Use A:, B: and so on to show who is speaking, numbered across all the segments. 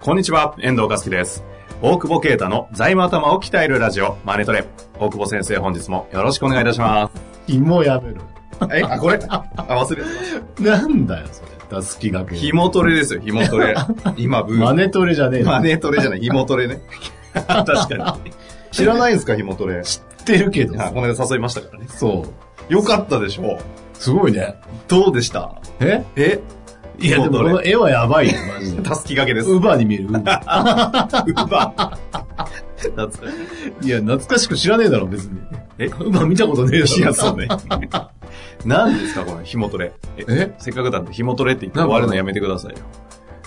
A: こんにちは、遠藤和樹です。大久保啓太の財務頭を鍛えるラジオ、マネトレ。大久保先生、本日もよろしくお願いいたします。
B: 紐やめろ。
A: え、あ、 これあ、忘れてまし
B: なんだよ、それ。たすきがけ。
A: た。紐トレですよ、紐トレ。今、ブーム。
B: マネトレじゃねえ
A: マ
B: の。
A: ネトレじゃない、紐トレ ね。確かに。知らないんですか、紐トレ。
B: 知ってるけど。
A: あこの間誘いましたからね。
B: そう。
A: よかったでしょう。
B: すごいね。
A: どうでした
B: え
A: え
B: いや、で
A: 紐
B: もこ
A: ト
B: の
A: レ。
B: 絵はやばいよ、マジ で。
A: たすきがけです。
B: ウバに見える、ウバ。
A: うば。 懐かしい
B: いや、懐かしく知らねえだろ、別に。
A: え
B: ウバ見たことねえだろ。
A: いや、そう ね。何ですか、この紐トレ。え
B: え
A: せっかくなんで紐トレって言って終わるのやめてくださいよ。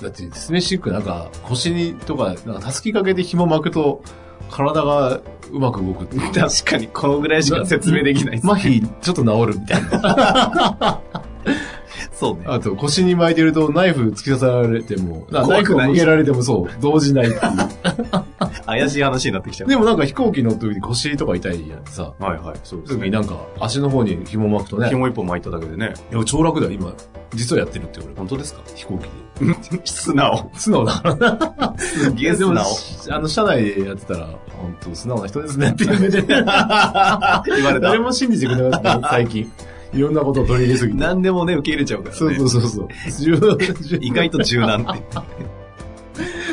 B: だって、スネシックなんか、腰にとか、なんか、たすきかけで紐巻くと、体がうまく 動くっていう。
A: 確かに、このぐらいしか説明できないです。
B: 麻痺、ちょっと治るみ たいな。
A: そうね。
B: あと、腰に巻いてると、ナイフ突き刺されても、なナ
A: 怖
B: イ
A: く
B: フ
A: ない
B: を向けられてもそう、動じないっていう。
A: 怪しい話になってきちゃう。
B: でもなんか飛行機乗った時に腰とか痛いやんさ。
A: はいはい、そうです
B: 時に
A: ね。
B: なんか足の方に紐巻くとね。
A: 紐一本巻いただけでね。
B: いや、超楽だよ、今。実はやってるって俺、
A: 本当ですか
B: 飛行 機
A: 素直。
B: で。素直だから。
A: すげえ
B: で
A: 素
B: も
A: 直。、
B: あの、車内でやってたら、本当素直な人ですねって言われて。
A: 言われた
B: 誰。も信じてくれな かった、最近。いろんなことを取り入れすぎて。
A: 何でもね、受け入れちゃうからね。
B: そうそうそうそう。自分
A: 意外と柔軟 って。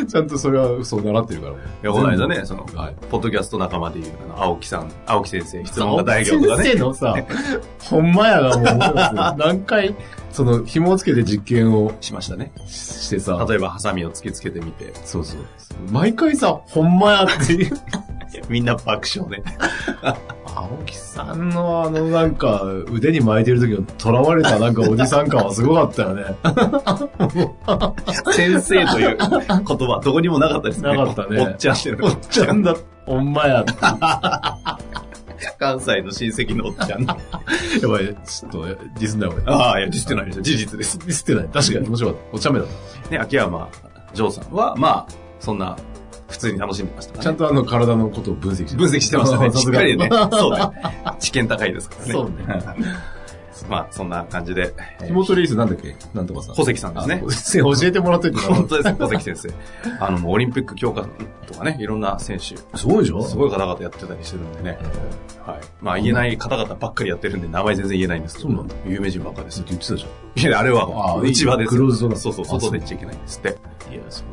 B: ちゃんとそれは嘘を習ってるから。い
A: いや、この間ね、その、
B: はい。
A: ポッドキャスト仲間でいう、あの、青木さん、青木先生、質問が大学がね。
B: 先生のさ、ほんまやがもう、何回、その、紐をつけて実験を
A: しましたね。
B: してさ、
A: 例えば、ハサミを突きつけてみて。
B: そうそう。毎回さ、ほんまやっていう。
A: みんな爆笑ね。
B: 青木さんのあのなんか、腕に巻いてる時の囚われたなんかおじさん感はすごかった よね。
A: 先生と いう言葉、どこにもなかったですね。
B: なかったね
A: おっちゃんっていうの
B: おっちゃんだ。ほんまや。
A: 関西の親戚のおっちゃん。
B: やばい、ちょっと、ディスんない俺。
A: ああ、いや、実ってないです。事実です。
B: ディスってない。確かに面白かった。お茶目だっ
A: ね、秋山城さんは、まあ、そんな、普通に楽しんでました、ね。
B: た。ちゃんとあの体のことを分析して
A: 分析してま したね。しっかりね。
B: さすが
A: そう ね。知見高いですからね。
B: そうね。
A: まあ、そんな感じで。え
B: ヒ
A: ー
B: モトリースなんだっけなんとかさん。
A: 小関さんですね。
B: ね。教えてもらっといてもら お
A: 本
B: う
A: 当です、小関先生。あの、もうオリンピック強化とかね、いろんな選手、
B: すごいでしょ
A: すごい方々やってたりしてるんでね。はい。まあ、言えない方々ばっかりやってるんで、名前全然言えないんですけど。
B: そうなんだ
A: 有名人ばっかです。
B: 言ってたじゃ
A: いや、あれは、
B: あー
A: 内輪です。
B: クローズドな
A: そうそう、
B: あ
A: 外で行っちゃいけないんですって。
B: ん。いや、そう。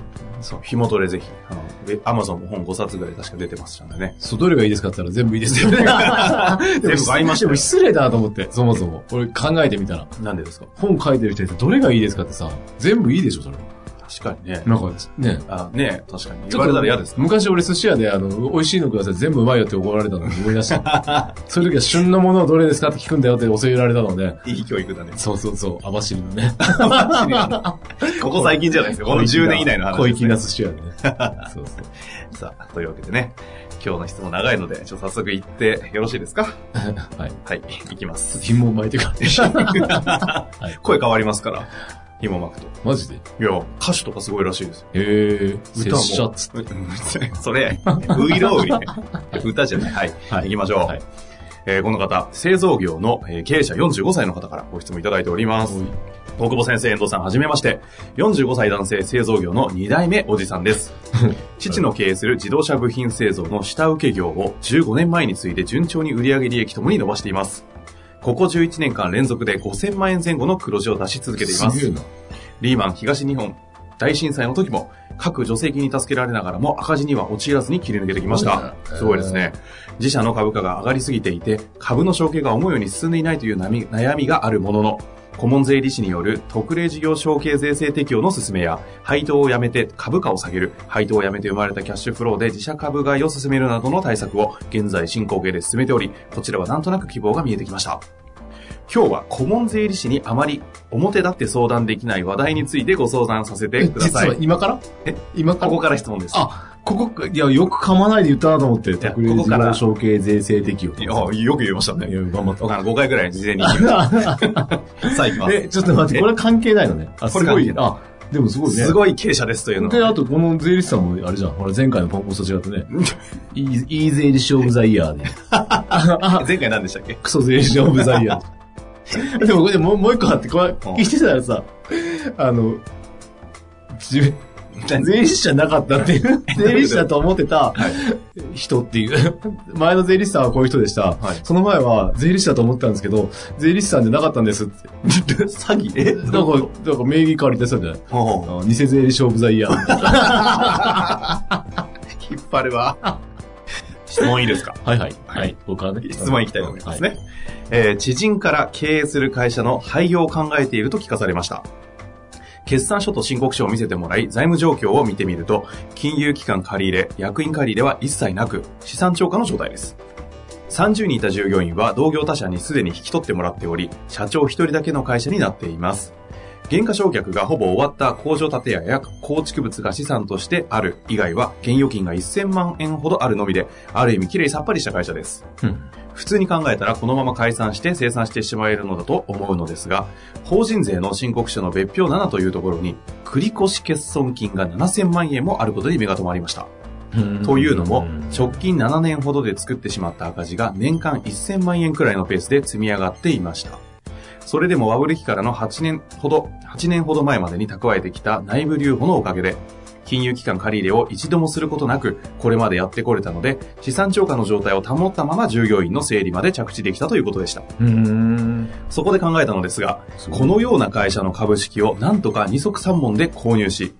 A: そう、紐トレぜひ。あの、アマゾンも本5冊ぐらい確か出てましたんでね。
B: そう、どれがいいですかって言ったら全部いいですよね。
A: 全部買いました
B: で
A: よ
B: も。失礼だなと思って、そもそも。俺考えてみたら。
A: なんでですか
B: 本書いてる人ってどれがいいですかってさ、全部いいでしょ、それ。
A: 確かにね。
B: なんか、ね。
A: あねえ、確かに。言われたら嫌です。
B: 昔俺寿司屋で、あの、美味しいのください、全部うまいよって怒られたのを思い出した。 そういう時は旬のものはどれですかって聞くんだよって教えられたので、
A: いい教育だね。
B: そうそうそう、網走のね。
A: ここ最近じゃない ですよ。この10年以内の話で
B: 小
A: す、
B: 粋
A: ね。
B: な寿司屋でね。 そうそう。
A: さあ、というわけでね、今日の質問長いので、ちょっと早速行ってよろしいですか
B: はい。
A: はい、行きます。
B: 紐を巻いてから。い
A: 声変わりますから、紐巻くと。
B: マジで
A: いや、歌手とかすごいらしいですよ。
B: へえ。
A: 歌
B: 拙
A: も
B: 者っつって。
A: うん それ、ウイロウリ。歌じゃない。はい。
B: は
A: 行きましょう。
B: はい
A: えーこの方、製造業のえー経営者45歳の方からご質問いただいております。大久保先生、遠藤さん、はじめまして。45歳男性製造業の2代目おじさん です。父の経営する自動車部品製造の下請け業を15年前に次いで順調に売上利益ともに伸ばしています。ここ11年間連続で5000万円前後の黒字を出し続けています
B: げ。えな。
A: リーマン東日本大震災の時も各助成金に助けられながらも赤字には陥らずに切り抜けてきました。すごいですね。自社の株価が上がりすぎていて、株の承継が思うように進んでいないという悩み悩みがあるものの、顧問税理士による特例事業承継税制適用の進めや、配当をやめて株価を下げる、配当をやめて生まれたキャッシュフローで自社株買いを進めるなどの対策を現在進行形で進めており、こちらはなんとなく希望が見えてきました。今日は顧問税理士にあまり表立って相談できない話題についてご相談させてくださ。
B: 実はい今から
A: え
B: 今か
A: こ
B: ら
A: こから質問です。
B: あ、ここ、いや、よく噛まないで言ったなと思って、
A: や
B: 特例事
A: ここから
B: 業承継税制適用。
A: いやよく言いました
B: い
A: ね。
B: や頑張っ
A: わかんない5回くらい事前に。
B: た。
A: さあ行きます。
B: え、ちょっと待って、これは関係ないのね。あ、
A: こ
B: す
A: れ
B: ご
A: 関係
B: い。
A: ない
B: あ、でもすごいね。
A: すごい経営者ですというの
B: で、
A: は
B: あと、この税理士さんも、あれじゃん。ほら、前回のポンコツと違っ てね。いい、いい税理士オブザイヤーで。
A: 前回何でしたっけ
B: クソ税理士オブザイヤ ー。でも、これでもう、もう一個あって、これ、聞いてたらさ、あの、自分、税理士じゃなかったって いう、税理士だと思ってた人っていう。前の税理士さんはこういう人でした。
A: はい
B: その前は税理士だと思ってたんですけど、税理士さんじゃなかったんですって。
A: 詐欺え
B: なんか、なんか名義借りてそうじゃないあ
A: ほう
B: の偽税理士オブザイヤー。
A: 引っ張るわ。質問いいですか
B: はいはい。
A: はい
B: はい。僕からね。
A: 質問いきたいと思いますね。えー知人から経営する会社の廃業を考えていると聞かされました。決算書と申告書を見せてもらい、財務状況を見てみると、金融機関借り入れ、役員借り入れは一切なく、資産超過の状態です。30人いた従業員は同業他社にすでに引き取ってもらっており、社長1人だけの会社になっています。減価償却がほぼ終わった工場建屋や構築物が資産としてある以外は、現預金が1000万円ほどあるのみで、ある意味きれいさっぱりした会社です。
B: うん
A: 普通に考えたらこのまま解散して生産してしまえるのだと思うのですが、法人税の申告書の別表7というところに、繰越欠損金が7000万円もあることに目が留まりました。というのも、直近7年ほどで作ってしまった赤字が年間1000万円くらいのペースで積み上がっていました。それでもバブル期からの8年ほど、8年ほど前までに蓄えてきた内部留保のおかげで、金融機関借り入れを一度もすることなく、これまでやってこれたので、資産超過の状態を保ったまま従業員の整理まで着地できたということでした。
B: うん。
A: そこで考えたのですが、このような会社の株式をなんとか二足三門で購入し、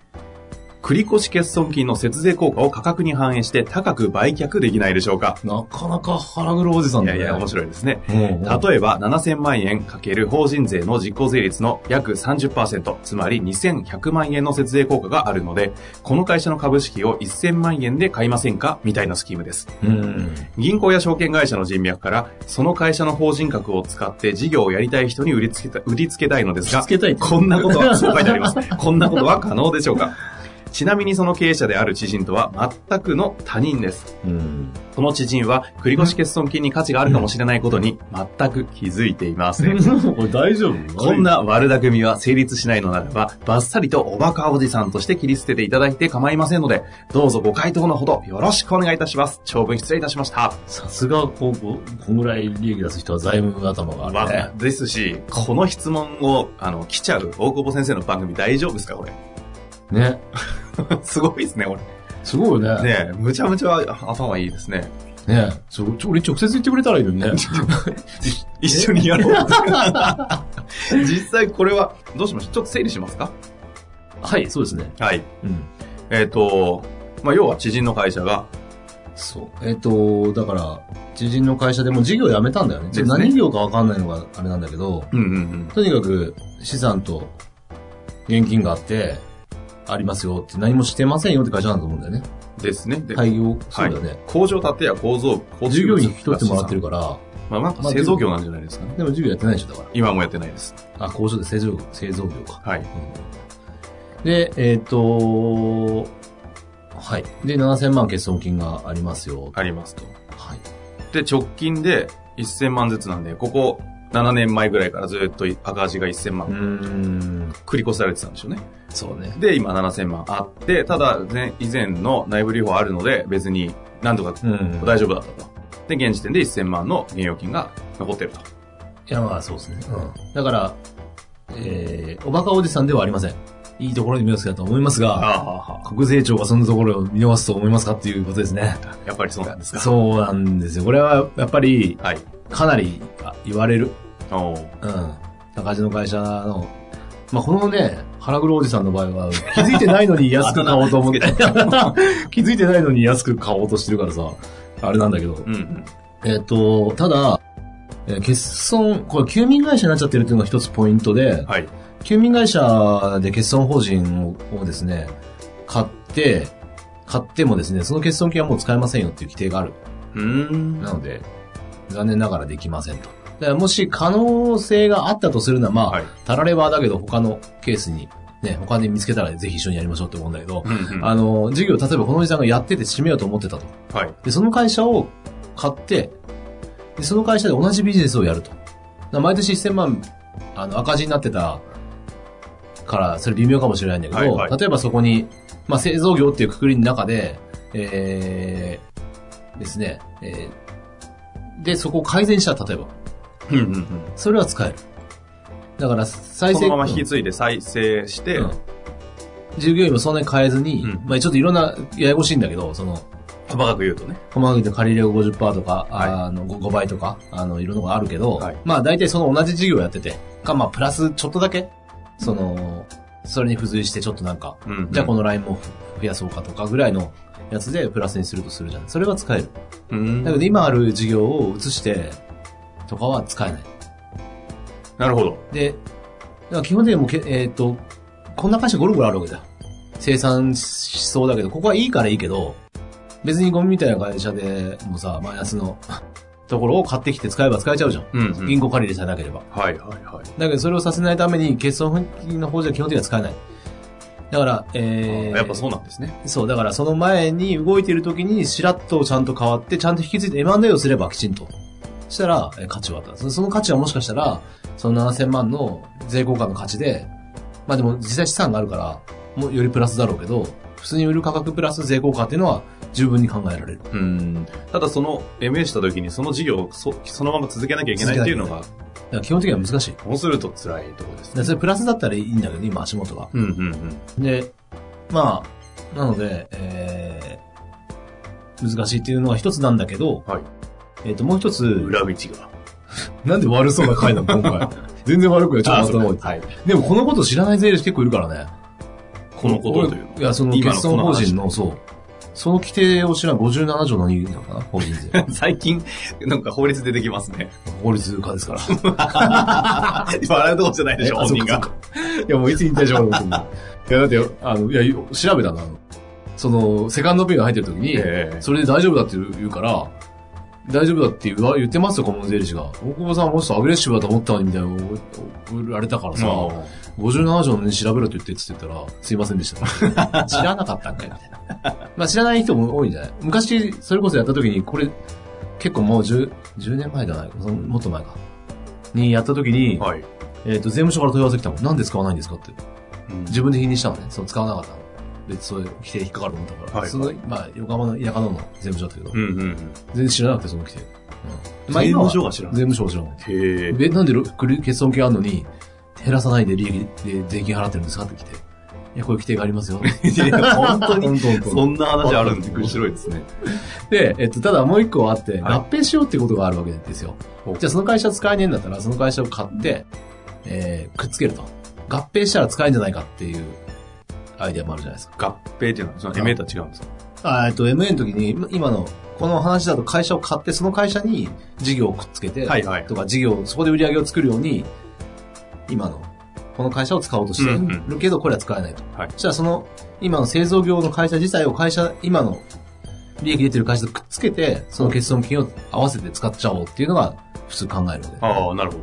A: 繰越欠損金の節税効果を価格に反映して高く売却できないでしょうか
B: なかなか腹黒おじさ
A: い
B: んだ
A: や
B: ね。
A: いや、面白いですね。
B: うんうん
A: 例えば、7000万円かける法人税の実効税率の約30%、つまり2100万円の節税効果があるので、この会社の株式を1000万円で買いませんかみたいなスキームです。
B: うん。
A: 銀行や証券会社の人脈から、その会社の法人格を使って事業をやりたい人に売りつけた、売りつけたいのですが
B: つ、けたい。
A: こんなことは、そう書いてあります。こんなことは可能でしょうかちなみにその経営者である知人とは全くの他人です。
B: うん。
A: その知人は繰越欠損金に価値があるかもしれないことに全く気づいていません。
B: これ大丈夫
A: こん。な悪巧みは成立しないのならば、バッサリとおバカおじさんとして切り捨てていただいて構いませんので、どうぞご回答のほどよろしくお願いいたします。長文失礼いたしました。
B: さすが、こう、こうこんぐらい利益出す人は財務頭があるね
A: わ。ですし、この質問を、あの、来ちゃう大久保先生の番組大丈夫ですかこれ。
B: ね。
A: すごいですね、これ。
B: すごいよね。
A: ねえ、むちゃむちゃ頭いいですね。
B: ねちょ、ちょ、俺直接言ってくれたらいいのにね。
A: 一緒にやろう。実際これは、どうしましょうちょっと整理しますか
B: はい、そうですね。
A: はい。
B: うん。
A: えっ、と、まあ、要は知人の会社が、
B: そう。えっ、と、だから、知人の会社でもう事業やめたんだよね。
A: ですね
B: 何業かわかんないのがあれなんだけど、
A: うんうんうん。
B: とにかく資産と現金があって、ありますよって何もしてませんよって会社なんだと思うんだよね。
A: ですね。で
B: 廃業、そうだよね。
A: 工場建屋、構造、構
B: 従業員引き取ってもらってるから、
A: まあ、なんか製造業なんじゃないですかね。
B: でも授業やってないでしょ、だか
A: 今もやってないです。
B: ら。あ、工場で製造業、製造業か。
A: はい。
B: うんで、えっ、と、はい。で、7000万欠損金がありますよ。
A: ありますと。
B: はい。
A: で、直近で1000万ずつなんで、ここ7年前ぐらいからずっと赤字が1000
B: うー
A: 万
B: ん、
A: 繰り越されてたんでしょうね。
B: そうね。
A: で、今7000万あって、ただ、前以前の内部留保あるので、別に何とか
B: うん。
A: 大丈夫だったと。で、現時点で1000万の現預金が残ってると。
B: いや、まあそうですね。うん。だから、えー、おバカおじさんではありません。いいところに目をつけたと思いますが、
A: あ
B: 国税庁がそのところを見逃すと思いますかっていうことですね。
A: あ、やっぱりそうなんですか。
B: そうなんですよ。これはやっぱり、
A: はい。
B: かなりあ言われる。
A: おー
B: うん。赤字の会社の、まあ、このね、腹黒おじさんの場合は、気づいてないのに安く買おうと思って、気づいてないのに安く買おうとしてるからさ、あれなんだけど、
A: うんうん。
B: えっ、と、ただ、えー欠損、これ、休眠会社になっちゃってるっていうのが一つポイントで、
A: はい。
B: 休眠会社で欠損法人をですね、買って、買ってもですね、その欠損金はもう使えませんよっていう規定がある。
A: うーん。
B: なので、残念ながらできませんと。だからもし可能性があったとするなら、まあ、
A: はい
B: たらればだけど他のケースに、ね、他で見つけたらぜひ一緒にやりましょうって思うんだけど、
A: うんうん
B: あの、事業、例えばこのおじさんがやってて閉めようと思ってたと。
A: はい。
B: で、その会社を買って、で、その会社で同じビジネスをやると。だから毎年1000万、あの、赤字になってたから、それ微妙かもしれないんだけど、
A: はいはい
B: 例えばそこに、まあ、製造業っていうくくりの中で、えー、ですね、えー、で、そこを改善した、例えば。
A: うんうんうん
B: それは使える。だから、再
A: そ
B: 生
A: のまま引き継いで再生して、
B: うん従業員もそんなに変えずに、
A: うん
B: まあ、ちょっといろんな、ややこしいんだけど、その、
A: 細かく言うとね。
B: 細かく言うと借り入れが50%とか、
A: はい
B: あの 5, 倍とか、あの、いろんなのがあるけど、
A: はい
B: まあ大体その同じ事業やってて、か、まあプラスちょっとだけ、その、それに付随してちょっとなんか、
A: うんうん
B: じゃあこのラインも増やそうかとかぐらいのやつでプラスにするとするじゃない。それは使える。
A: うーん
B: だけど今ある事業を移してとかは使えない。
A: なるほど。
B: で、だから基本的にもうけ、えーっ、と、こんな会社ゴロゴロあるわけだ。生産しそうだけど、ここはいいからいいけど、別にゴミみたいな会社でもさ、マイナスの ところを買ってきて使えば使えちゃうじゃん。
A: うんうん
B: 銀行借り入れさえなければ。
A: はいはいはい。
B: だけどそれをさせないために、欠損金の法人は基本的には使えない。だから、えー、
A: やっぱそうなんですね。
B: そう、だからその前に動いている時にしらっとちゃんと変わって、ちゃんと引き継いで M&A をすればきちんと。したら、えー価値はあった。そその価値はもしかしたら、その7000万の税交換の価値で、まあでも実際資産があるから、もうよりプラスだろうけど、普通に売る価格プラス税交換っていうのは十分に考えられる。
A: うん。ただその、MA した時にその事業をそそのまま続けなきゃいけないっていうのが、
B: だから基本的には難しい。
A: そうすると辛いところです
B: で
A: ね。
B: それプラスだったらいいんだけど、今足元が。
A: うんうんうん。
B: で、まあ、なので、えー、難しいっていうのは一つなんだけど、
A: はい。
B: えっ、と、もう一つ、
A: 裏道が。
B: なんで悪そうな回なの、 今回。全然悪くない、ちょっと頭
A: そ
B: を
A: うかはい。
B: でもこのこと知らない税理士結構いるからね。
A: このことというのは。
B: いや、その、
A: 今の
B: 欠損
A: この
B: 法
A: 話
B: 人の、そう。その規定を知らん57条の2なのかな法人税。
A: 最近、なんか法律出てきますね。
B: 法律家ですから。
A: 笑うとこじゃないでしょ、
B: えあ
A: 本人が
B: そ。いや、もういつ引退しようか なと思っていや、だって、あの、いや、調べたの、あの、その、セカンドペイが入ってる時に、
A: ええ
B: それで大丈夫だって言うから、大丈夫だって言わ言ってますよ、顧問税理士が。大久保さんもうちょっとアグレッシブだと思ったのに、みたいなのを送られたからさ、
A: ま
B: 57条に調べろと言ってって言ったら、すいません でした。知らなかったんかいみたいな。まあ知らない人も多いんじゃない昔、それこそやった時に、これ、結構もう 10, 10年前じゃないそのもっと前か。にやった時に、
A: あはい。
B: えっ、と、税務署から問い合わせ来たもん。なんで使わないんですかって。
A: うん
B: 自分で否認したのね。その使わなかったの。別にそういう規定引っかかると思ったから。
A: はい
B: その、まあ、横浜の田舎のの税務署だったけど、
A: うんうんうん。
B: 全然知らなくて、その規定。うん。
A: 税務署
B: は
A: が知ら
B: 税
A: ない。
B: 務署は知らない。
A: へえ。
B: え、なんでろくる欠損金あるのに、減らさないで利益で税金払ってるんですかって来て。いや、 こういう規定がありますよ。
A: いや本当に
B: 本当本当
A: そんな話あるんで面白いですね。
B: で、えっと、ただもう一個あって、
A: はい
B: 合併しようってことがあるわけですよ。
A: ほう
B: じゃあその会社使えねえんだったら、その会社を買って、えー、くっつけると。合併したら使えんじゃないかっていうアイデアもあるじゃないですか。
A: 合併っていうのは、その MA とは違うんですか
B: あえっと、MA の時に、今今の、この話だと会社を買って、その会社に事業をくっつけて、
A: はいはい
B: とか事業、そこで売り上げを作るように、今の、この会社を使おうとして
A: うん
B: るけど、これは使えないと。
A: はい
B: そしたらその、今の製造業の会社自体を会社、今の利益出てる会社とくっつけて、その欠損金を合わせて使っちゃおうっていうのが普通考えるので。
A: ああ、なるほ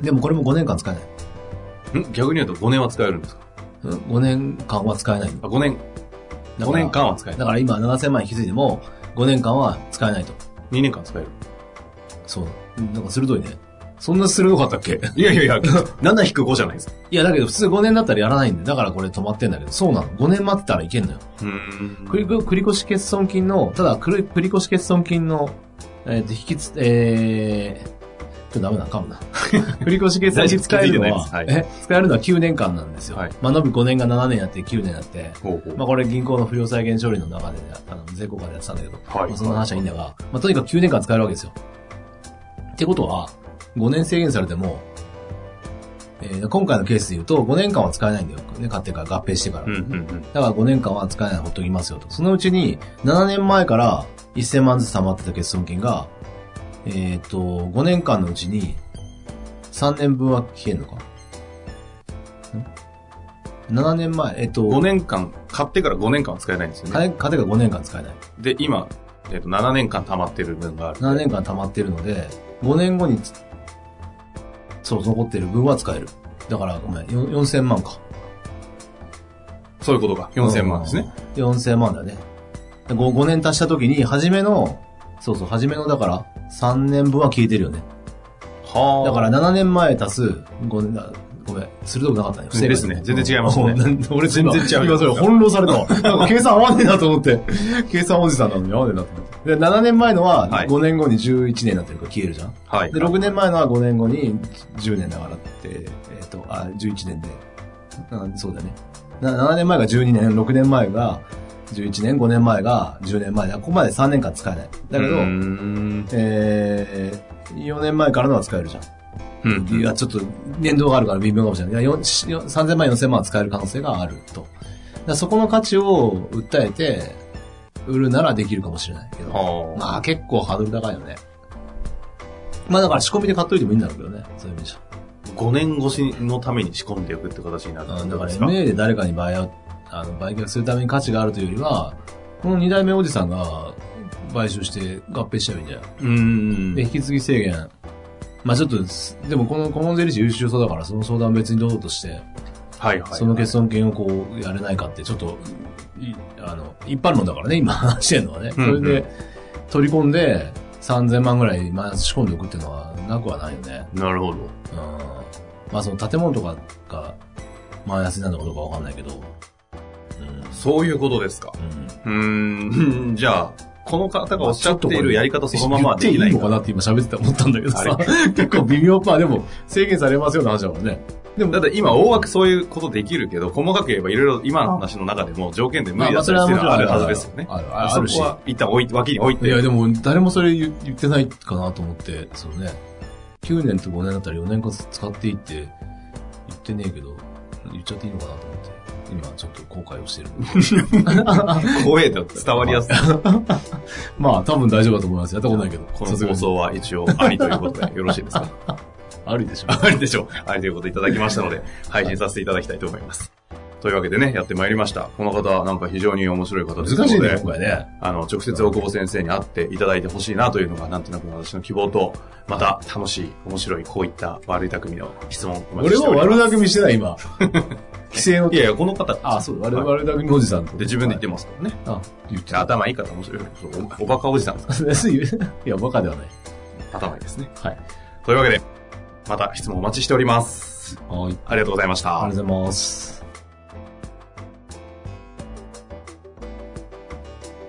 B: でもこれも5年間使えない。
A: ど。ん逆に言うと5年は使えるんですか
B: うん5年間は使えない。
A: あ ?5 年、
B: だ
A: 5
B: から
A: 年間は使える。
B: だから今7000万円引き継いでも、5年間は使えないと。
A: 2年間使える。
B: そう。なんか鋭いね。そんな鋭かったっけ
A: いやいやいや、7-5じゃないですか。
B: いや、だけど普通5年だったらやらないんで、だからこれ止まってんだけど、そうなの。5年待ってたらいけんのよ。
A: うーん
B: 繰り繰り越し欠損金の、ただ繰り繰り越し欠損金の、えっ、と、引きつ、えー、ちょっとダメだ、かむな。 繰り越し決済に使えるのは、
A: 大丈夫気づいてない
B: え使えるのは9年間なんですよ。
A: はい
B: まあ、延び5年が7年やって9年やって、
A: ほうほう
B: まあ、これ銀行の不良債権処理の中でね、あの、税効果でやってたんだけど、
A: はい
B: まあその話はいいんだが、まあ、とにかく9年間使えるわけですよ。ってことは、5年制限されても、えー今回のケースで言うと、5年間は使えないんだよ。ね、買ってから、合併してから。
A: うんうんうん。
B: だから5年間は使えないほっときますよと。そのうちに、7年前から1000万ずつ貯まってた欠損金が、ええっ、と、5年間のうちに、3年分は消えんのかん ?7 年前、えっ、と、
A: 5年間、買ってから5年間は使えないんですよね。
B: 金金が5年間使えない。
A: で、今、えっと7年間溜まってる分がある。
B: 7年間溜まってるので、5年後につ、そう、残ってる分は使える。だから、ごめん、よん4000万か。
A: そういうことか。4000万ですね。
B: うん。4000万だね。5, 5年足した時に、初めの、そうそう、初めの、だから、3年分は消えてるよね。
A: はだ
B: だか
A: からら、
B: 7年前足す5年だ、ごめん、鋭くなかったね。
A: うんですね全然違いますね
B: うんなん俺
A: 全然違う
B: 今今それ翻弄さ れたわ。なんか計算合わねえなと思って。計算おじさんなのに合わねえなと思って。で、7年前のは
A: はい
B: 5年後に11年になってるから消えるじゃん。
A: はい。
B: で、6年前のは5年後に10年だからって、えっ、と、あ、11年で、うんそうだね。な7年前が12年、6年前が11年、5年前が10年前だ。ここまで3年間使えない。だけど、
A: うーん。
B: えー、4年前からのは使えるじゃん。
A: うん
B: いや、ちょっと、年度があるから微妙かもしれない。いや、よんしよん3000万、4000万は使える可能性があると。だからそこの価値を訴えて、売るならできるかもしれないけど。
A: はあ。
B: まあ、結構ハードル高いよね。まあ、だから仕込みで買っといてもいいんだろうけどね。そういう意味じゃ。
A: 5年越しのために仕込んでおくって形になる
B: あ
A: ん
B: のだから
A: ですか
B: MA で誰かに売買、あの、売却するために価値があるというよりは、この二代目おじさんが買収して合併しちゃえばいいんじゃない
A: うん
B: で、引き継ぎ制限。まあちょっとす、でもこの顧問税理士優秀そうだから、その相談別にどうとして、
A: はいはい。
B: その欠損金をこう、やれないかって、ちょっと、いあの、一般論だからね、今話してるのはね。
A: うんうん
B: それで、取り込んで、3000万ぐらい、まあ、仕込んでおくっていうのは、なくはないよね。
A: なるほど。
B: うん。まあ、その建物とかが、マイナスになるのかどうかわかんないけど、う
A: そういうことですか。
B: ん。うん。
A: うーん。じゃあ、この方がおっしゃっているやり方そのままはできない
B: 言っていいのかなって今喋ってて思ったんだけどさ
A: あれ、
B: 結構微妙。まあでも、制限されますよって話だもんね。
A: でも、だって今、大枠そういうことできるけど、細かく言えばいろいろ今の話の中でも条件で無理だったりっていうのはあるはずですよね。
B: ある、あるあ
A: そ
B: るし
A: こ。は一旦置いて、脇に置い
B: い
A: て。
B: や、でも、誰もそれ言言ってないかなと思って、そのね、9年と5年だったら4年間使っていいって言ってねえけど、言っちゃっていいのかなと思って、今ちょっと後悔をしてる。
A: 怖えと伝わりやすい。
B: まあ、多分大丈夫だと思います。やったことないけど。
A: こ
B: さ
A: の
B: すが
A: 放
B: に
A: 送は一応ありということでよろしいですか
B: ありでしょ。
A: ありでしょう。ありということでいただきましたので、配信させていただきたいと思います。というわけでね、やってまいりました。この方、なんか非常に面白い方ですの
B: 難し
A: で
B: いね、今回ね。
A: あの、直接大久保先生に会っていただいてほしいなというのが、なんとなく私の希望と、また楽しい、面白い、こういった悪い匠の質問お待ち
B: 俺
A: して
B: は
A: おります
B: 悪巧みしてない、 今。規制の
A: い。やいや、この方、
B: あ、そう、悪悪巧みおじさんと。
A: で、自分で言ってますからね。
B: あ、言ってた。
A: 頭いい方面白い。そうおおバカおじさんですか
B: いや、バカではない。
A: 頭いいですね。
B: はい。
A: というわけで、また質問お待ちしております。
B: はい。
A: ありがとうございました。
B: ありがとうございます。